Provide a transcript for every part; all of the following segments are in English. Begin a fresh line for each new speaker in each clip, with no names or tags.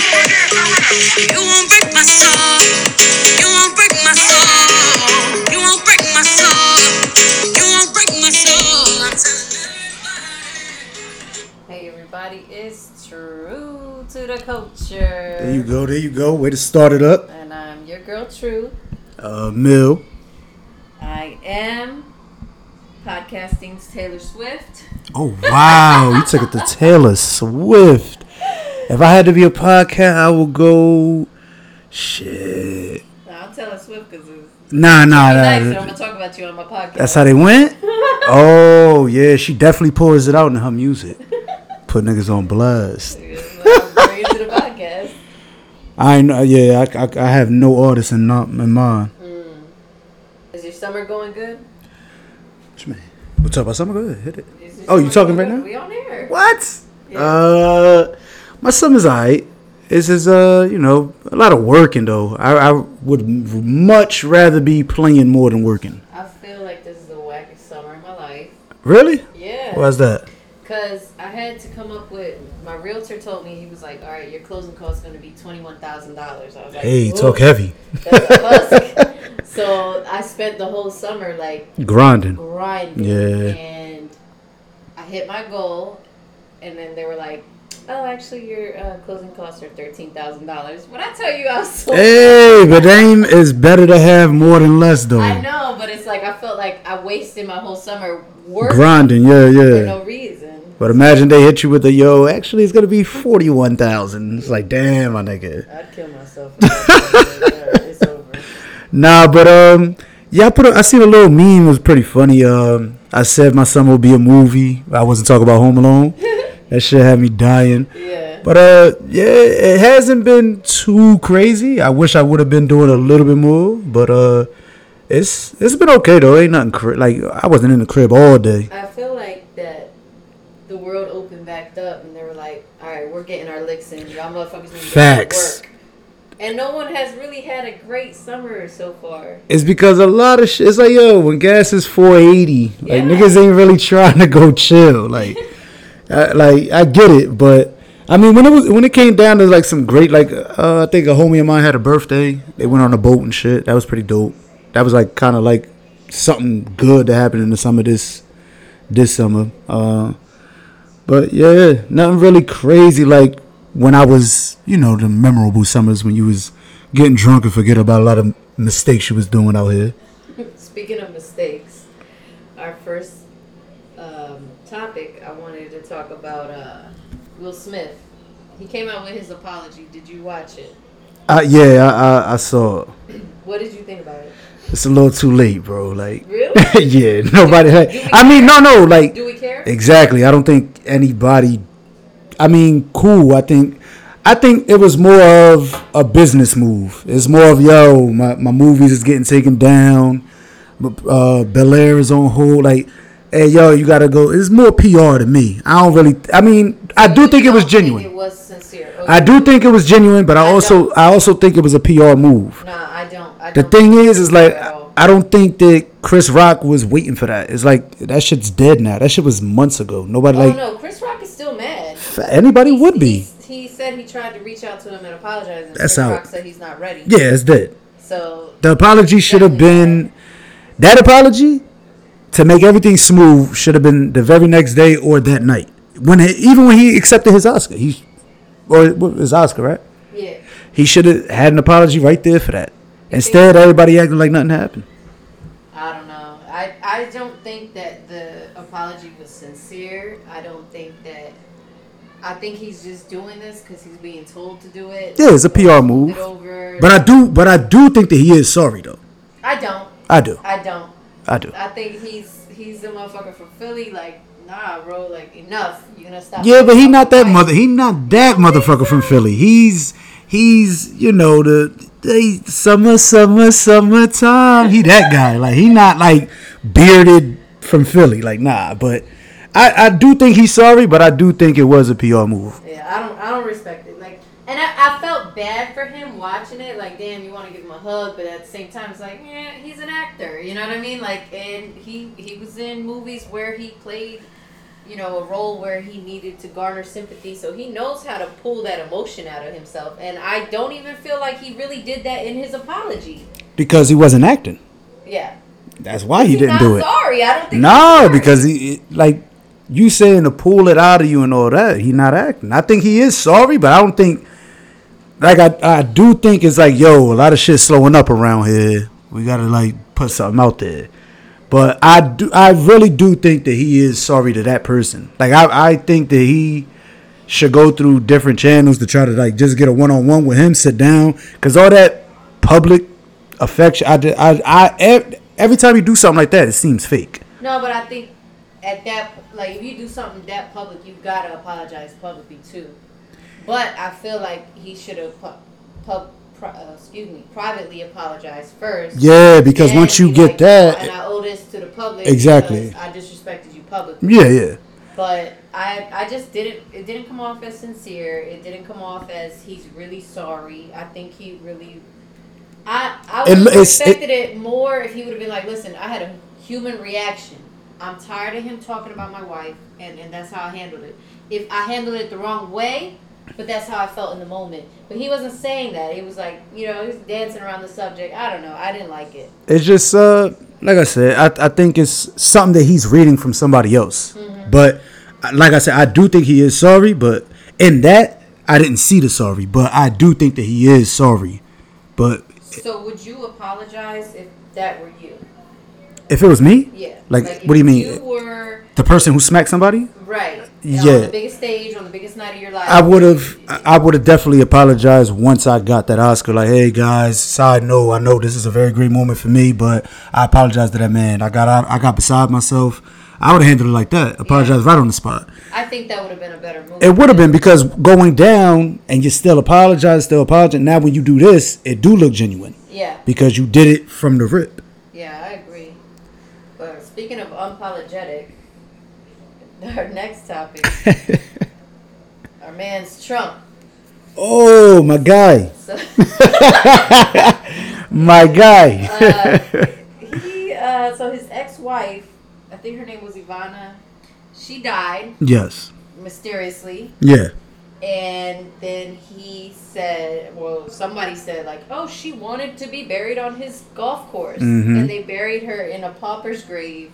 You won't break my soul. You won't break my soul. You won't break my soul. You won't break my soul. I'm telling Hey everybody, it's True to the Culture.
There you go, there you go. Way to start it up.
And I'm your girl True.
Uh Mill.
I am podcasting's Taylor Swift.
Oh wow, you took it to Taylor Swift. If I had to be a podcast, I would go shit.
I'll tell it Swift because it's
Nah, nah,
nice and I'm
nah.
gonna talk about you on my podcast.
Uh, That's how they went? Oh yeah, she definitely pours it out in her music. Put niggas on blast.
Bring it to the podcast.
I know yeah, I, I, I have no artist in, not, in mind.
Is your summer going good?
What you mean? What's up? I said I'm gonna hit it.
Is your
Oh, you
summer
talking
going
right
good?
now?
We on air.
What?
Yeah.
Uh, my summer's alright. This is uh, you know, a lot of working though. I, I would much rather be playing more than working.
I feel like this is the wackest summer of my life.
Really?
Yeah.
Why's that?
Cause I had to come up with my realtor told me he was like, all right, your closing cost is gonna be twenty one thousand dollars. I was like,
Hey,
"Ooh,
talk heavy.
That's a husk. so I spent the whole summer like
Grinding.
grinding,
Yeah.
and I hit my goal, and then they were like, oh, actually, your uh, closing costs are thirteen thousand dollars. When I tell you, I was so
Hey, but aim is better to have more than less though.
I know, but it's like I felt like I wasted my whole summer working
Grinding, yeah,
for
yeah.
no reason.
But imagine they hit you with a yo. Actually, it's gonna be forty-one thousand. It's like, damn, my nigga.
I'd kill myself. it's over.
Nah, but um, yeah, I put. A, I seen a little meme. It was pretty funny. Um, I said my summer would be a movie. I wasn't talking about Home Alone. that shit had me dying.
Yeah.
But uh, yeah, it hasn't been too crazy. I wish I would have been doing a little bit more, but uh, it's it's been okay though. Ain't nothing cra- like I wasn't in the crib all day.
I feel like that the world opened back up and they were like, all right, we're getting our licks in. Y'all motherfuckers need to get to
Facts.
work. And no one has really had a great summer so far.
It's because a lot of shit. It's like yo, when gas is four eighty, like
Yeah.
niggas ain't really trying to go chill. Like, I, like I get it, but I mean when it was when it came down to like some great like uh, I think a homie of mine had a birthday. They went on a boat and shit. That was pretty dope. That was like kind of like something good that happened in the summer this this summer. Uh, but yeah, nothing really crazy like when I was, you know, the memorable summers when you was getting drunk and forget about a lot of mistakes you was doing out here.
Speaking of mistakes, our first um, topic I wanted to talk about uh, Will Smith. He came out with his apology. Did you watch it?
Uh, yeah, I, I I saw. it.
What did you think about it?
It's a little too late, bro. Like,
Really?
yeah, nobody.
we
I mean, no, no, like
Do we care?
Exactly. I don't think anybody. I mean, cool. I think. I think it was more of a business move. It's more of yo, my, my movies is getting taken down. Uh, Bel Air is on hold. Like, hey yo, you gotta go. It's more PR to me. I don't really. I mean, I do think it was
Don't think It
genuine.
was sincere. Okay.
I do think it was genuine, but I
I
also
don't.
I also think it was a PR move.
Nah, I don't. I
The
don't
thing is, is like
at all.
I don't think that Chris Rock was waiting for that. It's like that shit's dead now. That shit was months ago. Nobody
Oh
like
no, Chris Rock is still mad.
fa- anybody would be.
He, he said he tried to reach out to him and apologize, and
That's
Chris
how-
Rock said he's not ready.
Yeah, it's dead.
So
The apology should have been that apology to make everything smooth should have been the very next day or that night. When he, even when he accepted his Oscar, he or it was his Oscar, right?
yeah,
He should have had an apology right there for that. Instead, everybody acting like nothing happened.
I don't know. I I don't think that the apology was sincere. I don't think that. I think he's just doing this because he's being told to do it.
Yeah, it's a PR
Get
move.
over.
But I do, but I do think that he is sorry though.
I don't.
I do,
I don't.
I do.
I think he's he's the motherfucker from Philly. Like, nah, bro. Like, enough. You're gonna stop.
Yeah, but he
fucking
not that
fighting.
mother. He not that motherfucker from Philly. He's he's you know the they summer summer summertime. He that guy. Like he not like bearded from Philly. Like nah. But I, I do think he's sorry, but I do think it was a PR move.
Yeah, I don't I don't respect it. Like and I, I felt bad for him watching it, like damn, you want to give him a hug, but at the same time it's like, yeah, he's an actor, you know what I mean? Like and he he was in movies where he played you know, a role where he needed to garner sympathy, so he knows how to pull that emotion out of himself. And I don't even feel like he really did that in his apology.
Because he wasn't acting.
Yeah.
That's why he
He's
didn't
not
do it.
Sorry, I don't think he's
No,
sorry.
because he it- like you saying to pull it out of you and all that. He not acting. I think he is sorry, but I don't think like I I do think it's like yo, a lot of shit slowing up around here. We gotta like put something out there. But I do I really do think that he is sorry to that person. Like I I think that he should go through different channels to try to like just get a one on one with him, sit down, because all that public affection. I, ju- I, I, ev- every time you do something like that, it seems fake.
No, but I think at that, like, if you do something that public, you gotta apologize publicly too. But I feel like he should have pub, pub, pri- uh, excuse me, privately apologized first.
Yeah, because
Then
once you
be
get
like,
that,
and I owe this to the public.
Exactly.
because I disrespected you publicly.
yeah, yeah,
But I, I just didn't. It didn't come off as sincere. It didn't come off as he's really sorry. I think he really. I, I
It-
would have
it's- it-
respected it more if he would have been like, listen, I had a human reaction. I'm tired of him talking about my wife, and, and that's how I handled it. If I handled it the wrong way, but that's how I felt in the moment. But he wasn't saying that. He was like, you know, he was dancing around the subject. I don't know. I didn't like it.
it's just uh, like I said, I, I think it's something that he's reading from somebody else.
Mm-hmm.
But uh, like I said, I do think he is sorry. But in that, I didn't see the sorry, but I do think that he is sorry. But
So would you apologize if that were you?
if it was me,
Yeah.
Like,
if
what do you mean?
You were
the person who smacked somebody,
Right.
Yeah.
On the biggest stage, on the biggest night of your life.
I would have I would have definitely apologized once I got that Oscar. Like, hey guys, side note, I know this is a very great moment for me, but I apologize to that man. I got out, I got beside myself. I would have handled it like that. Apologized right on the spot.
I think that would have been a better move.
It would have been because going down and you still apologize, still apologize. Now when you do this, it do look genuine
Yeah.
because you did it from the rip.
Yeah, I agree. But speaking of unapologetic, our next topic, our man's Trump.
oh my guy,
So
my guy.
uh, he, uh, so his ex-wife, I think her name was Ivana. She died
yes.
mysteriously.
Yeah.
And then he said, well, somebody said, like, oh, she wanted to be buried on his golf course.
Mhm.
And they buried her in a pauper's grave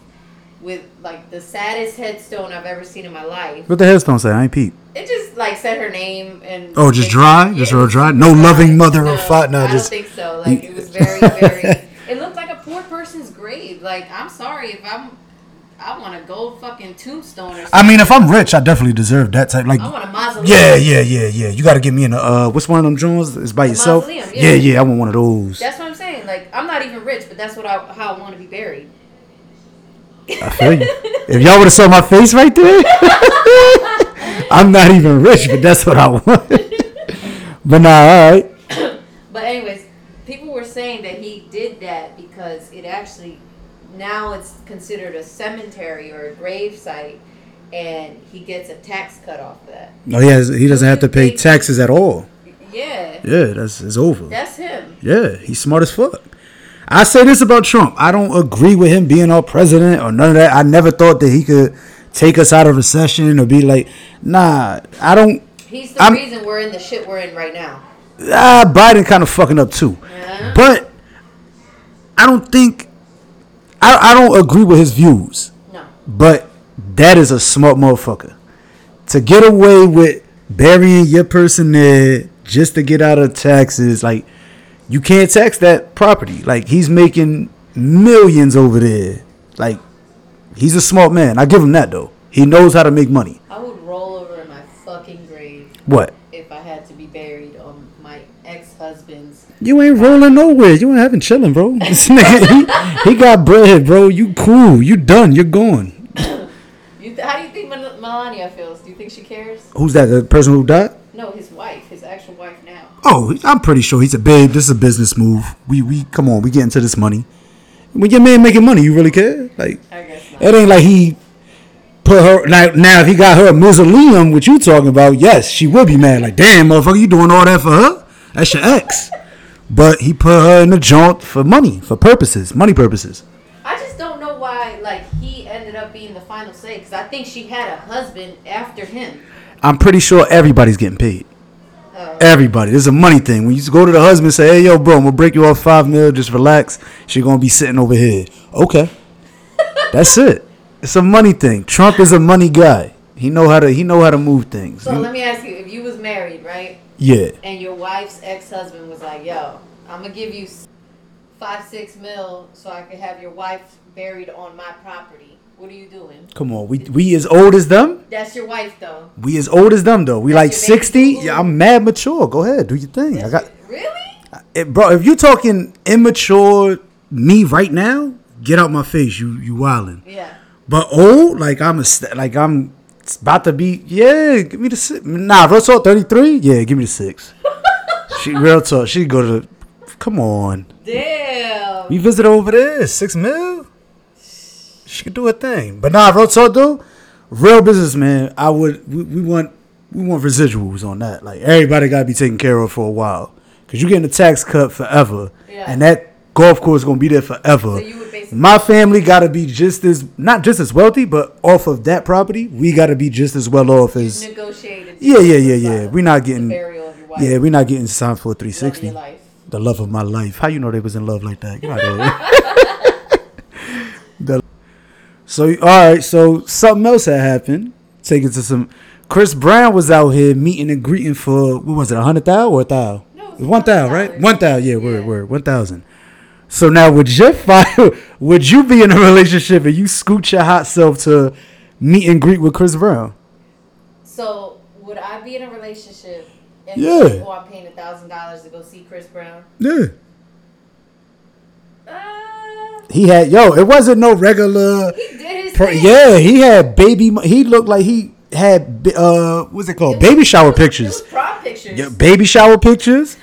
with, like, the saddest headstone I've ever seen in my life.
What the headstone say? I ain't peep.
It just, like, said her name and.
Oh, just dry? Just real dry? No loving mother of fa- no,
I
just-
don't think so. Like, it was very, very. it looked like a poor person's grave. Like, I'm sorry if I'm. I want a gold fucking tombstone or something.
I mean, if I'm rich, I definitely deserve that type. Like,
I want a mausoleum.
yeah, yeah, yeah, yeah. You got to get me in a uh, what's one of them Jones? It's by yourself.
mausoleum,
yeah. yeah,
yeah.
I want one of those.
That's what I'm saying. Like, I'm not even rich, but that's what I, how I want to be buried.
I feel you. If y'all would have saw my face right there, I'm not even rich, but that's what I want. but nah, all right.
But anyways, people were saying that he did that because it actually now it's considered a cemetery or a grave site, and he gets a tax cut off that.
No, he has. He doesn't have to pay taxes at all.
Yeah,
Yeah, that's it's over.
that's him.
Yeah, he's smart as fuck. I say this about Trump. I don't agree with him being our president or none of that. I never thought that he could take us out of recession or be like, nah, I don't.
He's the
I'm-
reason we're in the shit we're in right now.
Ah, Biden kind of fucking up too.
Yeah.
But I don't think, I, I don't agree with his views.
No,
But that is a smart motherfucker. To get away with burying your person there just to get out of taxes, like you can't tax that property. Like he's making millions over there. Like he's a smart man. I give him that though. He knows how to make money.
I would roll over in my fucking grave
What?
if I had to be buried on my ex-husband's.
You ain't rolling nowhere. You ain't having chilling, bro. This nigga, he, he got bread, bro. You cool. You done. You're gone.
You th- how do you think Mel- Melania feels? Do you think she cares?
Who's that? The person who died?
No, his wife, his actual wife now.
Oh, I'm pretty sure he's a babe. This is a business move. We we come on, we get into this money. When your man making money, you really care? Like
I guess not.
it ain't like he put her now, now if he got her a mausoleum, what you talking about? Yes, she would be mad. Like, damn, motherfucker, you doing all that for her? That's your ex. But he put her in a joint for money, for purposes, money purposes.
I just don't know why like he ended up being the final say because I think she had a husband after him.
I'm pretty sure everybody's getting paid.
Uh,
Everybody. There's a money thing. When you go to the husband and say, hey, yo, bro, I'm going to break you off five mil. Just relax. She going to be sitting over here. Okay. That's it. It's a money thing. Trump is a money guy. He know how to he know how to move things.
so
You-
let me ask you: If you was married, right,
yeah.
and your wife's ex husband was like, "Yo, I'm gonna give you s- five, six mil so I could have your wife buried on my property," what are you doing?
Come on. We we as old as them?
That's your wife, though.
We as old as them though. We like
your baby
60.
boo.
Yeah, I'm mad mature. Go ahead. Do your thing. I got
really?
it, bro, if you talking immature me right now, get out my face. You you wildin'.
Yeah.
But old, like I'm a st- like I'm about to be. Yeah, give me the six. Nah, real talk, thirty three. Yeah, give me the six. she real talk. She go to. Come on,
Damn.
we visit over there. Six mil. She could do a thing. But nah, real talk though. Real business, man. I would. We, we want. We want residuals on that. Like everybody got to be taken care of for a while, cause you're getting a tax cut forever,
Yeah.
and that golf course gonna be there forever.
So you would basically-
My family gotta be just as not just as wealthy, but off of that property, we gotta be just as well off as
Negotiated.
Yeah, yeah, yeah, yeah. We're not getting
burial of your wife.
Yeah, we're not getting signed for three
Love of
sixty.
your life.
The love of my life. How you know they was in love like that? You know how they- The- so all right, so something else had happened. Take it to some Chris Brown was out here meeting and greeting for what was it, a hundred thousand or a thousand?
No, it was
one thousand, right?
$1,000.
One thousand, yeah,
Yeah.
word, word, one thousand. So now would your fire would you be in a relationship and you scoot your hot self to meet and greet with Chris Brown?
So would I be in a relationship? If
Yeah.
Or I'm paying a thousand dollars to go see Chris Brown.
Yeah.
Uh,
He had yo, it wasn't no regular
he did his
Pro-
thing.
yeah, he had baby. mo- He looked like he had bi- uh, what's it called? Baby shower
It was
pictures.
prom pictures.
Yeah, baby shower pictures.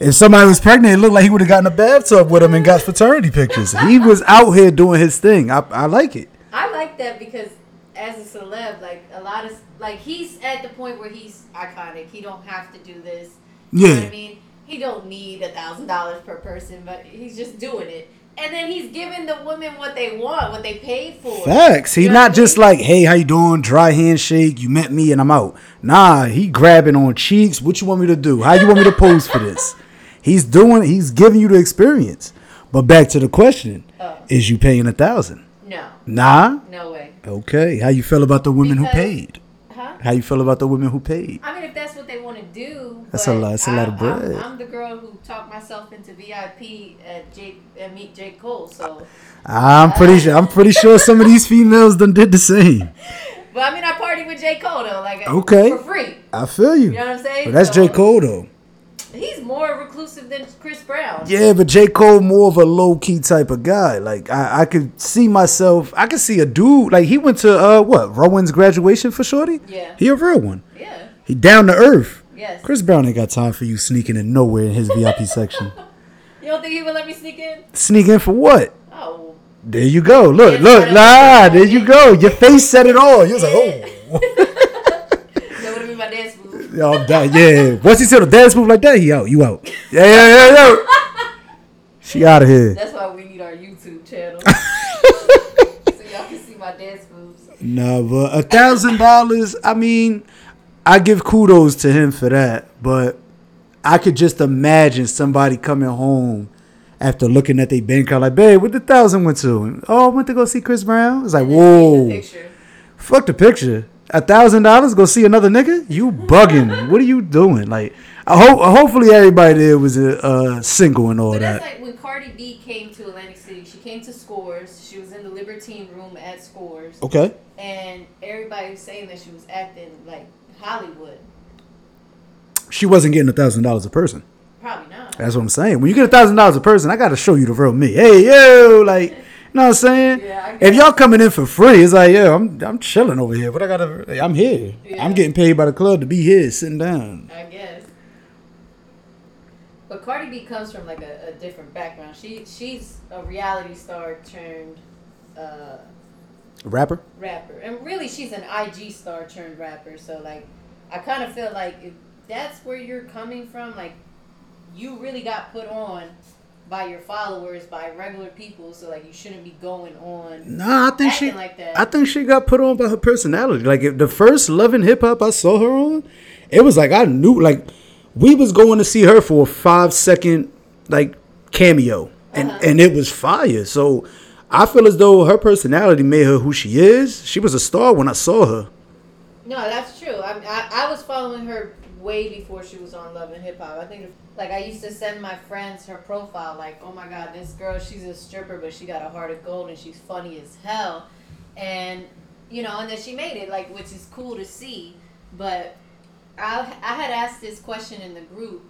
If somebody was pregnant, it looked like he would have gotten a bathtub with him and got fraternity pictures. He was out here doing his thing. I, I like it.
I like that because as a celeb, like a lot of like he's at the point where he's iconic. He don't have to do this. You know what
Yeah.
I mean, he don't need a thousand dollars per person, but he's just doing it. And then he's giving the women what they want, what they paid for.
Facts. He
You know what
not
I
just
mean?
like, hey, how you doing? Dry handshake. You met me and I'm out. Nah, he grabbing on cheeks. What you want me to do? How you want me to pose for this? He's doing. He's giving you the experience. But back to the question:
Oh.
Is you paying a thousand?
no,
Nah.
no way,
Okay, how you feel about the women who
Because-
paid?
huh?
How you feel about the women who paid?
I mean, if that's what they want to do,
That's
but
a lot- that's a lot of
I- I'm-
bread.
I'm, the girl who talked myself into VIP at Jake and meet Jake Cole. So,
I'm pretty sure. I'm pretty sure some of these females done did the same.
but I mean, I partied with J Cole though, like uh,
Okay.
for free.
I feel you.
You know what I'm saying?
But that's
So-
J Cole though.
He's more reclusive than Chris Brown.
Yeah, but J Cole more of a low key type of guy. Like I, I could see myself. I could see a dude like he went to uh what Rowan's graduation for Shorty.
Yeah.
he a real one.
Yeah.
He down to earth.
Yes.
Chris Brown ain't got time for you sneaking in nowhere in his VIP section.
You don't think he would let me sneak in?
Sneak in for what?
Oh.
There you go. Look,
Yeah,
look,
I don't-
nah, there you go. Your face said it all. You was like, oh.
That would have been my dance move.
Yo, I'm done. Yeah. Once he said a dance move like that, he out. You out. Yeah, yeah, yeah, yeah. She out of here.
That's why we need our YouTube channel. so y'all can see my dance moves.
Nah, but a thousand dollars, I mean, I give kudos to him for that. But I could just imagine somebody coming home after looking at their bank account like, babe, what the thousand went to? And, oh, I went to go see Chris Brown. It's like,
Whoa.
whoa. Fuck the picture. A thousand dollars, go see another nigga. You bugging? what are you doing? Like, I hope. Hopefully, everybody there was uh, uh, single and all
But
that.
that's like when Cardi B came to Atlantic City. She came to Scores. She was in the Libertine room at Scores.
okay.
And everybody was saying that she was acting like Hollywood.
She wasn't getting a thousand dollars a person.
Probably not.
That's what I'm saying. When you get a thousand dollars a person, I gotta show you the real me. Hey yo, like, you know what I'm saying?
Yeah, I
if y'all coming in for free, it's like, yeah, I'm I'm chilling over here. But I gotta, I'm here.
Yeah.
I'm getting paid by the club to be here, sitting down.
I guess. But Cardi B comes from like a, a different background. She she's a reality star turned uh,
Rapper?
rapper, and really she's an IG star turned rapper. So like, I kind of feel like if that's where you're coming from, like, you really got put on by your followers, by regular people. So like, you shouldn't be going on
Nah, I think
acting
she.
like that.
I think she got put on by her personality. Like if the first Love and Hip Hop I saw her on, it was like I knew like we was going to see her for a five second like cameo, and
Uh-huh.
and it was fire. So I feel as though her personality made her who she is. She was a star when I saw her.
No, that's true. I, I I was following her way before she was on Love and Hip Hop. I think like I used to send my friends her profile, like, oh my god, this girl, she's a stripper, but she got a heart of gold and she's funny as hell, and you know, and then she made it, like, which is cool to see. But I I had asked this question in the group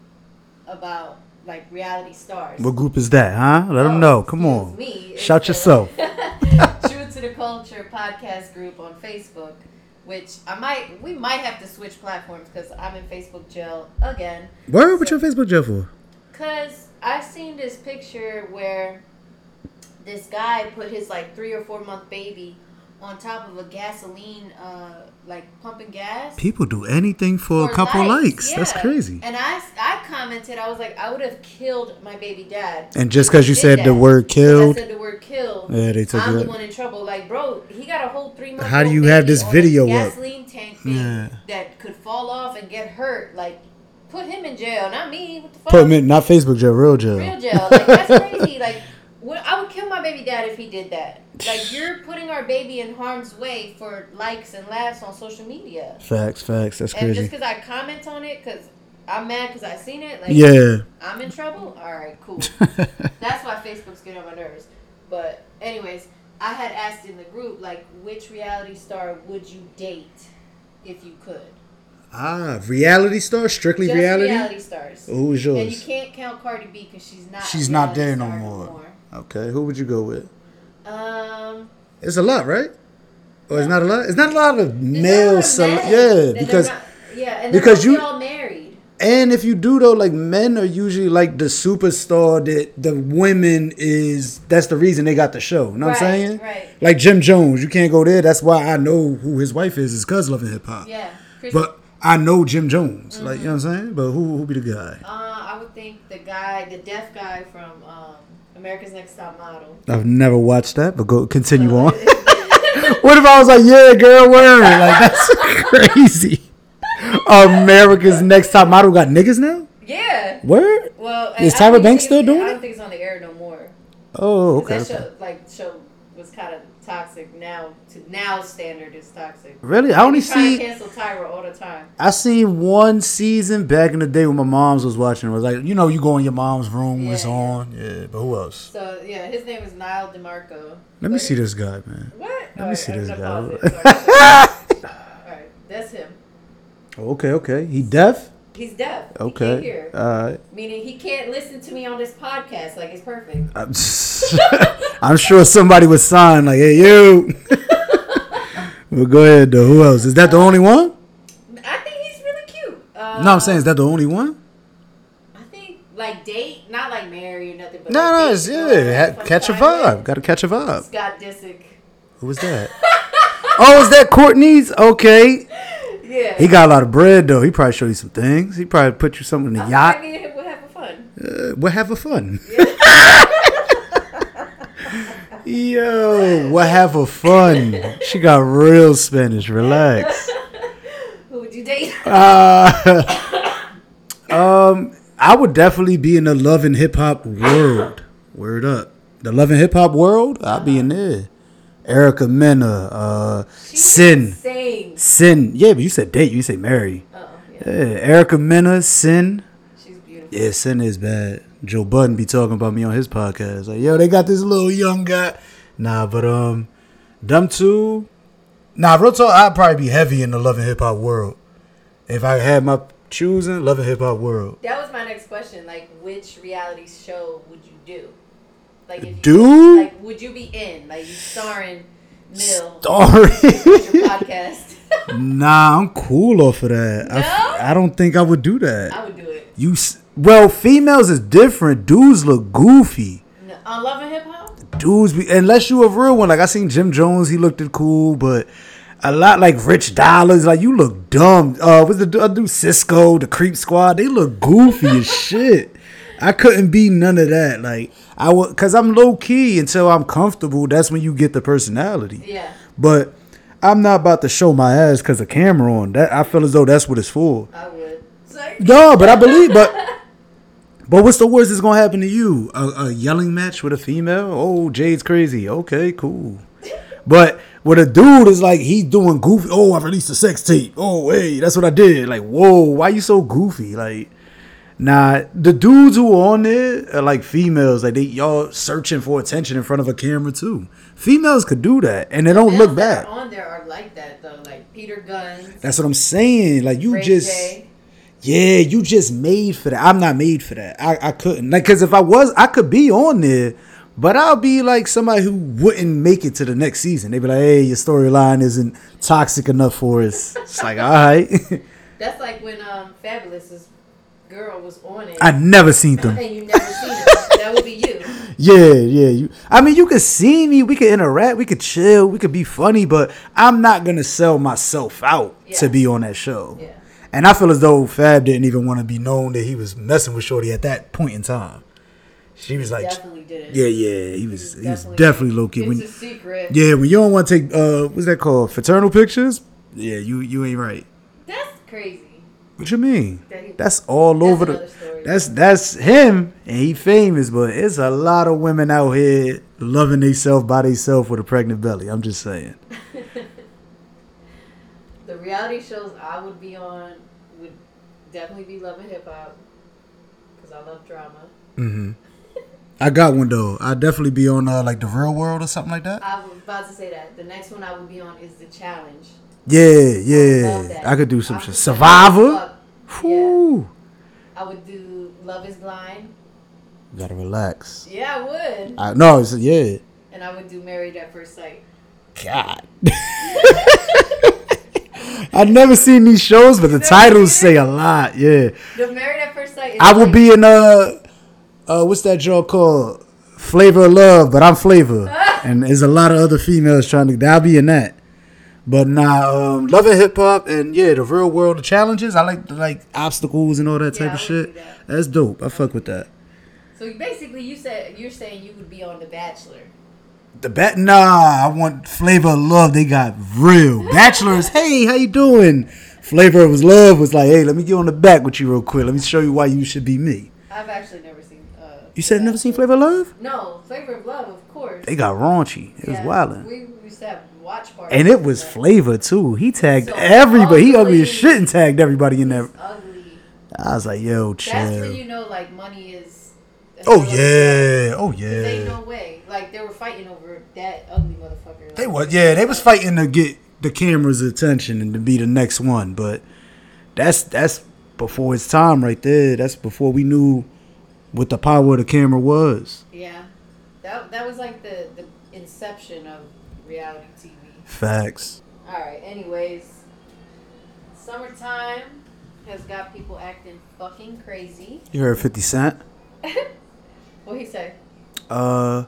about like reality stars.
What group is that, huh? Let them know. Come
Oh, excuse
on,
me. It's
shout
the-
yourself.
True to the Culture podcast group on Facebook, which I might we might have to switch platforms because I'm in Facebook jail again.
Where with your Facebook jail for?
Cause I seen this picture where this guy put his like three or four month baby on top of a gasoline, uh, like pumping gas
People do anything for, a
for
couple likes. That's
yeah.
crazy.
And I I commented I was like I would have killed my baby dad
And just because you
did
said
that.
the word
'Cause
killed,
I said the word killed.
Yeah, they took
I'm
it
the
up.
one in trouble. Like, bro, he got a whole three month.
How do you have this video up?
Gasoline tank thing
Yeah.
that could fall off and get hurt. Like, put him in jail, not me. What the fuck?
put me not Facebook jail, real jail.
Real jail. Like that's crazy. Like, what, I would kill my baby dad if he did that. Like, you're putting our baby in harm's way for likes and laughs on social media.
Facts, facts. That's
And just
crazy.
because I comment on it, because I'm mad because I seen it. Like,
Yeah.
I'm in trouble. All right, cool. That's why Facebook's getting on my nerves. But anyways, I had asked in the group like which reality star would you date if you could?
ah, reality star, strictly
Just
reality.
reality stars.
Who was
And you
yours?
can't count Cardi B because she's not. a
She's not
reality
there no
star
more. Okay, who would you go with?
Um,
It's a lot, right? Or it's not a lot. It's not a lot of
there's not a lot
male
of
cele-
men that
Yeah,
they're
because
not- yeah, and
because
because you
you-
all married.
and if you do though, like men are usually like the superstar that the women is. That's the reason they got the show. You know what I'm
Right,
saying?
right.
Like Jim Jones, you can't go there. That's why I know who his wife is. Is cause loving hip hop.
Yeah, Chris-
But I know Jim Jones. Like you know what I'm saying? But who who be the guy?
uh, I would think the guy, the deaf guy from um, America's Next Top Model.
I've never watched that, but go continue on.
It- it-
what if I was like, yeah, girl, word? Like that's crazy. America's Next Top Model got niggas now.
yeah.
Word?
Well, and
Is
I don't
Tyra
think
Banks
it's-
still doing
I
it?
don't think it's on the air no more. 'Cause
Oh, okay.
That
okay.
show, like, show was kind of toxic. Now, to now standard is toxic.
Really? I only
They try to
see.
cancel Tyra all the time.
I seen one season back in the day when my mom's was watching. It was like, you know, you go in your mom's room when it's
Yeah, yeah.
on. Yeah, but who else?
So yeah, his name is Niall DeMarco.
Let me
But-
see this guy, man.
What? Let
me see this
all right, that's him.
Okay, okay. He deaf?
He's deaf. He can't
Okay.
hear.
Uh,
Meaning he can't listen to me on this podcast. Like it's perfect.
I'm, I'm sure somebody would sign like, "Hey, you." well, go ahead. Though. Who else? Is that the only one?
I think he's really cute. Uh,
No, I'm saying, is that the only one?
I think like date, not like marry or nothing. But
No,
like,
no,
date
it's,
and all that
yeah. ha-
fun
Catch a
time.
vibe. Got to catch a vibe.
Scott Disick.
Who was that? oh, is that Courtney's? Okay.
Yeah.
He got a lot of bread though. He probably showed you some things. He probably put you something in the
I
yacht.
mean, we're having fun.
Uh, we're having fun. Yo, we're having fun. She got real Spanish. Relax.
Who would you date?
Uh, um, I would definitely be in the love and hip hop world. Word up, the love and hip hop world. I'll be in there. Erica Mena, uh, Sin,
Insane.
Sin. Yeah, but you said date. You said marry.
Oh, yeah.
Yeah, Erica Mena, Sin.
She's beautiful.
Yeah, Sin is bad. Joe Budden be talking about me on his podcast. Like, yo, they got this little young guy. Nah, but um, dumb two. Nah, real talk. I'd probably be heavy in the love and hip hop world if I had my choosing love and hip hop world.
That was my next question. Like, which reality show would you do? Like, if you,
Do?
Like, would you be in? Like, you starring Mill
Sorry.
with your podcast?
nah, I'm cool off of that. I f-
No?
I, don't think I would do that.
I would do it.
You s- well, females is different. Dudes look goofy.
No, on uh, Love and Hip Hop?
dudes be unless you a real one. Like I seen Jim Jones, he looked it cool, but a lot like Rich Dollars, like you look dumb. Uh, was the du- dude Cisco, the Creep Squad? They look goofy as shit. I couldn't be none of that. Like I would, cause I'm low key until I'm comfortable. That's when you get the personality.
Yeah.
But I'm not about to show my ass because the camera on. That I feel as though that's what it's for.
I would. Sorry.
No, but I believe, but but what's the worst that's gonna happen to you? A, a yelling match with a female? Oh, Jade's crazy. Okay, cool. But with a dude is like he's doing goofy. Oh, I released a sex tape. Oh, hey, that's what I did. Like, whoa, why you so goofy? Like, nah, the dudes who are on there are like females. Like they y'all searching for attention in front of a camera too. Females could do that, and they don't
Males
look
that
back.
are On there are like that though, like Peter Gunn,
That's what I'm saying. Like you
Ray
just.
J.
Yeah, you just made for that. I'm not made for that. I, I couldn't. Like, cause if I was, I could be on there, but I'll be like somebody who wouldn't make it to the next season. They'd be like, hey, your storyline isn't toxic enough for us. It's like, all right.
That's like when um Fabulous's girl was on it,
I never seen them.
and you never seen her. That would be you.
Yeah, yeah. You, I mean, you could see me. We could interact. We could chill. We could be funny. But I'm not gonna sell myself out to
Yeah.
be on that show.
Yeah.
And I feel as though Fab didn't even want to be known that he was messing with Shorty at that point in time. She was like,
Definitely did it.
yeah, yeah. He was, he was definitely low key.
It's
When,
a secret.
yeah, when you don't want to take, uh, what's that called? Fraternal pictures. Yeah, you, you ain't right.
That's crazy.
What you mean?
That he-
That's all over the.
another story.
That's that's him, and he famous. But it's a lot of women out here loving themselves by themselves with a pregnant belly. I'm just saying.
The reality shows I would be on would definitely be Love and Hip Hop because I love drama.
I got one though. I'd definitely be on uh, like the real world or something like that.
I was about to say that. The next one I would be on is The Challenge.
Yeah,
Love
yeah.
that.
I could do some
I
shit.
would-
Survivor.
Yeah.
Whew.
I would do Love is Blind.
Gotta relax.
Yeah, I would.
I, no, it's, yeah.
And I would do Married at First Sight.
God. I've never seen these shows, but the titles say a lot. Yeah.
The Married at First Sight. Is
I will
like-
be in uh uh what's that joke called? Flavor of Love, but I'm Flavor. and there's a lot of other females trying to I'll be in that. But nah, um Love and Hip Hop and yeah, the real world challenges. I like like obstacles and all that
Yeah,
type
I would
of shit.
do that.
That's dope. I fuck with that.
So you- basically, you said you're saying you would be on The Bachelor.
The bat nah, I want Flavor of Love. They got real. Bachelors, hey, how you doing? Flavor of Love was like, hey, let me get on the back with you real quick. Let me show you why you should be me.
I've actually never seen. Uh,
You said
The
never seen
Bachelor.
Flavor of Love?
No, Flavor of Love, of course.
They got raunchy. It was
Yeah,
wildin'.
We we used to have watch parties.
And it was
but
flavor too. He tagged
So
everybody. He ugly as
ugly.
shit and tagged everybody in there.
it's Ugly.
I was like, yo,
That's when
chill.
you know, like, money is.
Oh yeah, oh
There ain't
yeah.
no way. Like, they were fighting over that ugly motherfucker. Like,
They was yeah, they was fighting to get the camera's attention and to be the next one. But that's that's before his time right there. That's before we knew what the power of the camera was.
Yeah, that that was like the the inception of reality TV.
Facts.
All right. Anyways, summertime has got people acting fucking crazy.
You heard Fifty Cent.
What he say?
Uh,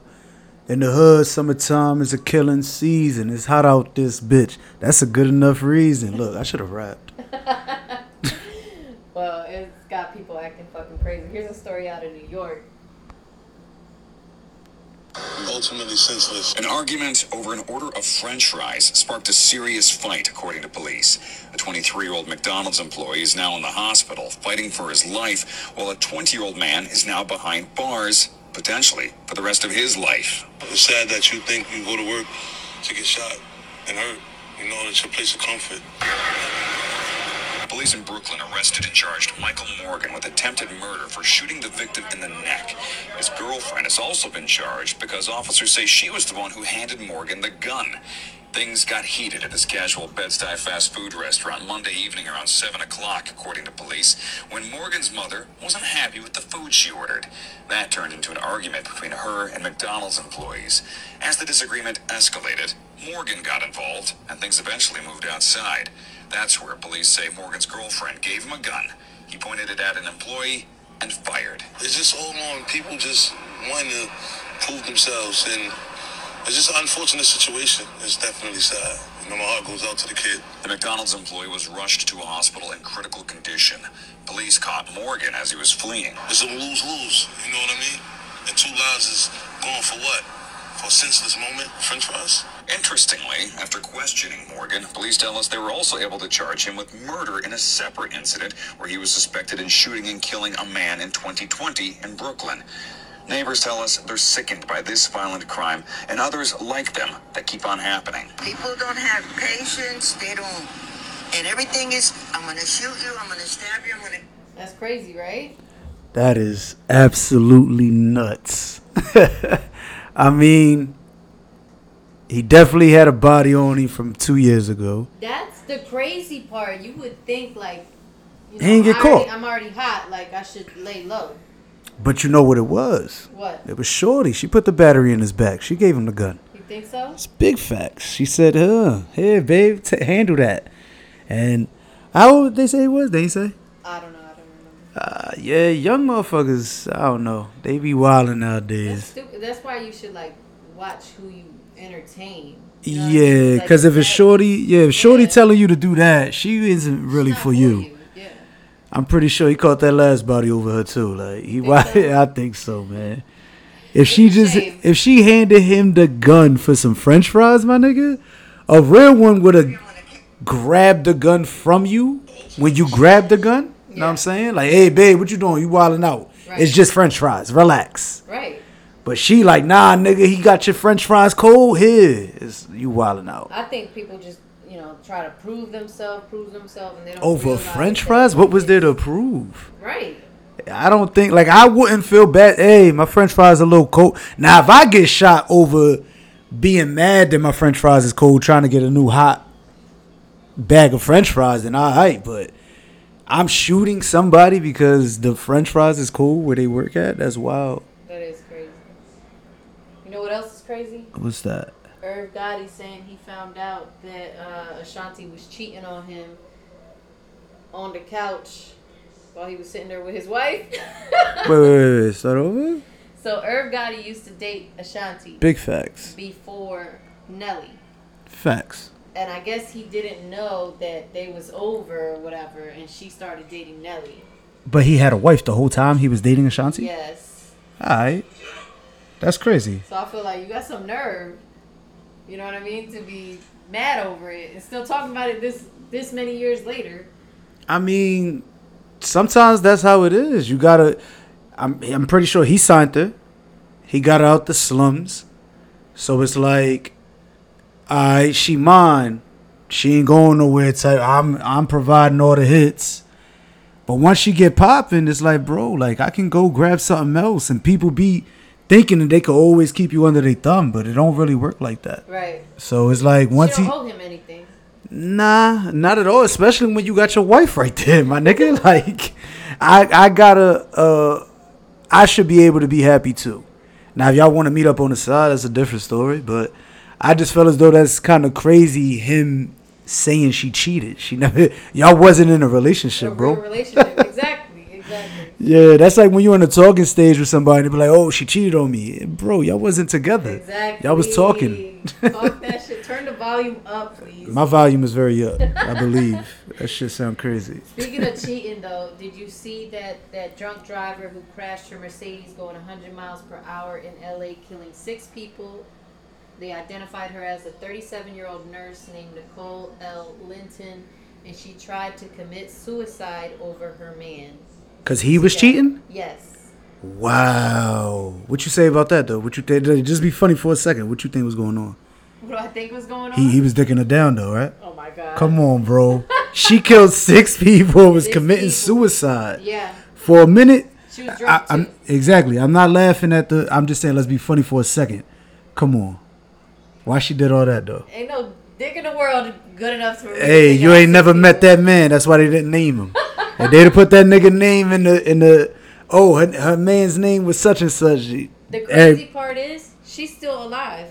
in the hood, summertime is a killing season. It's hot out this bitch. That's a good enough reason. Look, I should have rapped.
Well, it's got people acting fucking crazy. Here's a story out of New York.
ultimately senseless.
An argument over an order of french fries sparked a serious fight, according to police. A 23 year old McDonald's employee is now in the hospital, fighting for his life, while a 20 year old man is now behind bars, potentially for the rest of his life.
It's sad that you think you go to work to get shot and hurt. You know, it's your place of comfort.
Police in Brooklyn arrested and charged Michael Morgan with attempted murder for shooting the victim in the neck. His girlfriend has also been charged because officers say she was the one who handed Morgan the gun. Things got heated at this casual Bed-Stuy fast food restaurant Monday evening around 7 o'clock, according to police, when Morgan's mother wasn't happy with the food she ordered. That turned into an argument between her and McDonald's employees. As the disagreement escalated, Morgan got involved, and things eventually moved outside. That's where police say Morgan's girlfriend gave him a gun. He pointed it at an employee and fired.
It's just all on people just wanting to prove themselves, and it's just an unfortunate situation. It's definitely sad. You know, my heart goes out to the kid.
The McDonald's employee was rushed to a hospital in critical condition. Police caught Morgan as he was fleeing.
It's a lose lose. You know what I mean? And two lives is going for what? For a senseless moment, French fries.
Interestingly, after questioning Morgan, police tell us they were also able to charge him with murder in a separate incident where he was suspected in shooting and killing a man in 2020 in Brooklyn. Neighbors tell us they're sickened by this violent crime and others like them that keep on happening.
People don't have patience. They don't. And everything is, I'm gonna shoot you. I'm gonna stab you. I'm gonna.
That's crazy, right?
That is absolutely nuts. I mean, he definitely had a body on him from two years ago.
That's the crazy part. You would think like, you
He didn't get
I'm already-
caught.
I'm already hot. Like I should lay low.
But you know what it was?
What?
It was Shorty. She put the battery in his back. She gave him the gun.
You think so?
It's big facts. She said, huh, hey, babe, t- handle that. And how old they say he was? They say?
I don't know. I don't remember.
Uh, yeah, young motherfuckers, I don't know. They be wilding
That's
nowadays.
stupid. That's why you should like watch who you entertain. You know what I mean?
Yeah,
Like,
because if it's
that-
Shorty, yeah, if Shorty
Yeah.
telling you to do that, she isn't
it's
really
not
for you.
Yeah.
I'm pretty sure he caught that last body over her too. Like he,
Think so?
I think so, man. If she
a
just,
shame.
if she handed him the gun for some French fries, my nigga, a real one would have grabbed the gun from you when you grabbed the gun. Know what
Yeah.
I'm saying? Like, hey, babe, what you doing? You wilding out?
Right.
It's just French fries. Relax.
Right.
But she like, nah, nigga, he got your French fries cold here. It's, you wilding out
I think people just you know try to prove themselves, prove themselves, and they don't.
over
realize
French
that-
fries? What was there to prove?
Right.
I don't think like I wouldn't feel bad. Hey, my French fries are a little cold. Now if I get shot over being mad that my French fries is cold, trying to get a new hot bag of French fries, then all right. But I'm shooting somebody because the French fries is cold where they work at. That's wild.
That is crazy. You know what else is crazy?
What's that?
Irv Gotti saying he found out that uh, Ashanti was cheating on him on the couch while he was sitting there with his wife.
Wait, wait, wait, wait. Start over.
so Irv Gotti used to date Ashanti
Big facts.
before Nelly.
Facts.
And I guess he didn't know that they was over or whatever, and she started dating Nelly.
But he had a wife the whole time he was dating Ashanti.
Yes.
All right. That's crazy.
So I feel like you got some nerve, you know what I mean, to be mad over it and still talking about it this this many years later.
I mean, sometimes that's how it is. You gotta. I'm I'm pretty sure he signed her. He got her out the slums, so it's like, I she mine. She ain't going nowhere. Type. I'm I'm providing all the hits. But once she get popping, it's like, bro, like I can go grab something else, and people be thinking that they could always keep you under their thumb, but it don't really work like that.
Right.
So it's like once
she
he,
don't owe him anything.
Nah, not at all. Especially when you got your wife right there, my nigga. Like, I I gotta uh, I should be able to be happy too. Now, if y'all want to meet up on the side, that's a different story. But I just felt as though that's kind of crazy. Him saying she cheated. She never. Y'all wasn't in a
A
relationship,
real
bro.
relationship. exactly. Exactly.
Yeah, that's like when you're in a talking stage with somebody and be like, "Oh, she cheated on me, bro." Y'all wasn't together.
Exactly.
Y'all was talking.
Talk that shit. Turn the volume up, please.
My volume is very up. I believe that shit sound crazy.
Speaking of cheating, though, did you see that that drunk driver who crashed her Mercedes going 100 miles per hour in LA, killing six people? They identified her as a 37-year-old nurse named Nicole L. Linton, and she tried to commit suicide over her man.
Cause he was cheating.
Yes.
Wow. What you say about that though? What you think? Just be funny for a second. What you think was going on?
What do I think was going on?
He he was dicking her down though, right?
oh my God.
Come on, bro. she killed six people. and Was
Six
committing
people.
suicide
Yeah.
for a minute.
She was
I,
drunk
I'm
too.
exactly. I'm not laughing at the. I'm just saying. Let's be funny for a second. Come on. Why she did all that though?
Ain't no dick in the world good enough to.
Hey, you ain't never met that man. That's why they didn't name him. if they'd have put that nigga name in the in the. Oh, her, her man's name was such and such.
The
Hey,
crazy part is she's still alive.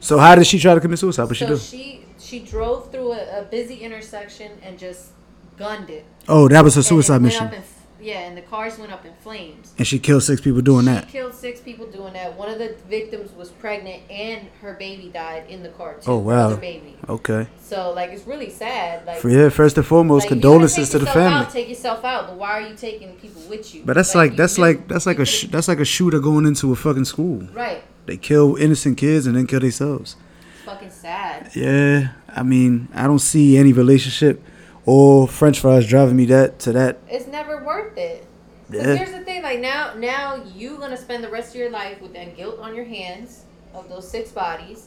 so how did she try to commit suicide? What she
so
do?
she she drove through a, a busy intersection and just gunned it.
Oh, that was her suicide
and it
mission.
Went up and f- yeah, and the cars went up in flames.
and she killed six people doing that.
She killed six people doing that. One of the victims was pregnant, and her baby died in the car too.
Oh wow.
her baby.
Okay.
So like, it's really sad. Like,
For, yeah. First and foremost,
like, you gotta
condolences
take
to the
yourself
family.
Out, take yourself out, but why are you taking people with you?
but that's like,
you
that's
knew-
like that's like
you
a
could've-
sh- that's like a shooter going into a fucking school.
right.
They kill innocent kids and then kill themselves.
It's fucking sad.
Yeah. I mean, I don't see any relationship or French fries driving me that to that.
It's never worth it. 'Cause
Yeah.
here's the thing, like now, now you gonna spend the rest of your life with that guilt on your hands of those six bodies,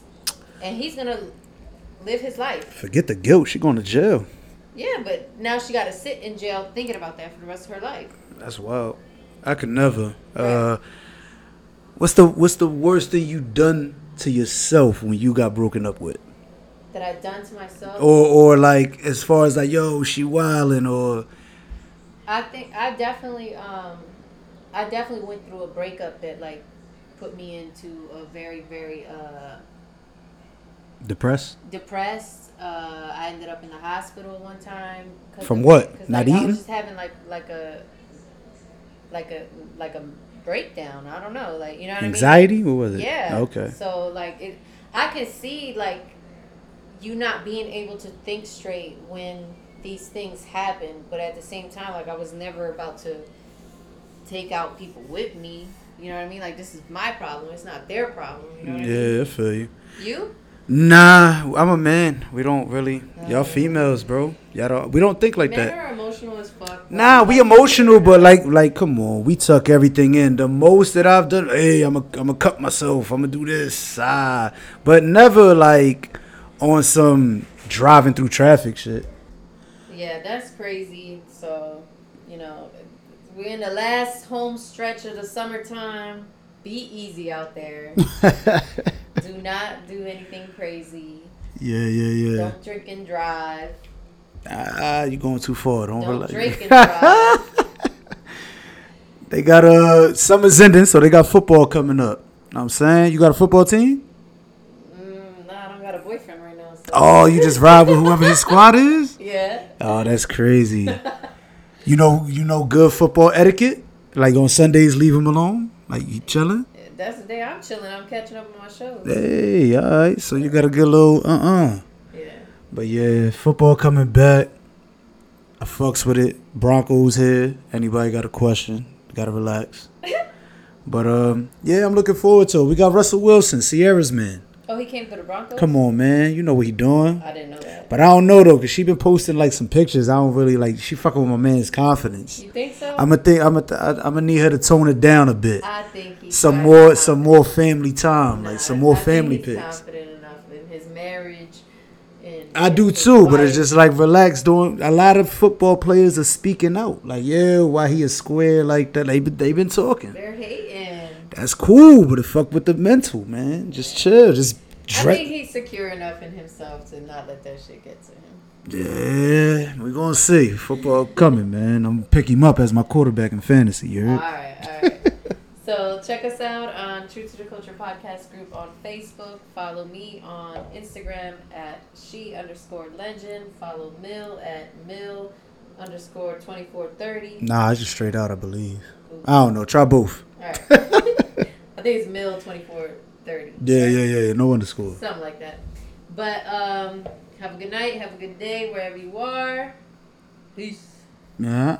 and he's gonna live his life.
Forget the guilt. She going to jail.
Yeah, but now she got to sit in jail thinking about that for the rest of her life.
That's wild. I could never. Uh, what's the What's the worst thing you done to yourself when you got broken up with,
That I've done to myself.
or or like as far as like yo she wilding or
I think I definitely, um, I definitely went through a breakup that like put me into a very, very uh,
depressed?
depressed. Uh, I ended up in the hospital one time. 'cause
From
of-
what?
'cause,
Not
like, I
eating?
was just having like like a like a like a breakdown. I don't know, like you know what I mean.
Anxiety? What was it?
Yeah.
Okay.
So like it, I can see like you not being able to think straight when these things happen, but at the same time, like I was never about to take out people with me. You know what I mean? Like this is my problem. It's not their problem. You know what I mean?
Yeah, I feel you.
You?
Nah, I'm a man. We don't really. Y'all females, bro. Y'all don't. We don't think like
Men
that.
are emotional as fuck. bro.
Nah, we emotional, but like, like, come on, we tuck everything in. The most that I've done, hey, I'm a, I'm a cut myself. I'm gonna do this, ah, but never like on some driving through traffic shit.
Yeah, that's crazy. So, you know, we're in the last home stretch of the summertime. Be easy out there. do not do anything crazy.
Yeah, yeah, yeah.
Don't drink and drive.
Ah, you going too far. Don't,
Don't
relax.
drink and drive.
They got a uh, summer's ending, so they got football coming up. Know what I'm saying you got a football team.
mm, nah, I don't got a boyfriend right now. So.
Oh, you just ride with whoever his squad is.
Yeah.
Oh, that's crazy. you know, you know, good football etiquette. Like on Sundays, leave him alone. Like you chilling.
That's the day I'm chilling. I'm catching up on my shows.
Hey, all right. So you got a good little uh uh
Yeah.
But yeah, football coming back. I fucks with it. Broncos here. Anybody got a question? Gotta relax. but um, yeah, I'm looking forward to it. We got Russell Wilson, Sierra's man.
Oh, he came for the Broncos?
Come on, man. You know what he doing.
I didn't know that.
But I don't know though, cause she been posting like some pictures. I don't really like. She fucking with my man's confidence.
You think so?
I'm gonna think. I'm gonna. I'm gonna need her to tone it down a bit.
I think he's
Some
very
more.
confident.
Some more family time. Like some
Nah,
more
I think
family
he's
pics.
Confident enough in his marriage. And
I
and
do
his
too, but it's
wife.
just like relax. Doing a lot of football players are speaking out. Like yeah, why he is square like that? They been- they been talking.
they're hating.
That's cool, but it fuck with the mental man. Just chill. Just
I think
dre-
he's secure enough in himself to not let that shit get to him.
yeah. We gonna see football coming, man. I'm gonna pick him up as my quarterback in fantasy. You
All
heard?
right, all right. so check us out on True to the Culture podcast group on Facebook. Follow me on Instagram at she underscore legend. Follow Mill at Mill underscore twenty four thirty.
Nah, it's just straight out. I believe. I don't know. Try both.
All right. I think it's Mill twenty four thirty.
Yeah, yeah, yeah, yeah. No underscore.
Something like that. But um, have a good night. Have a good day wherever you are. Peace.
Yeah.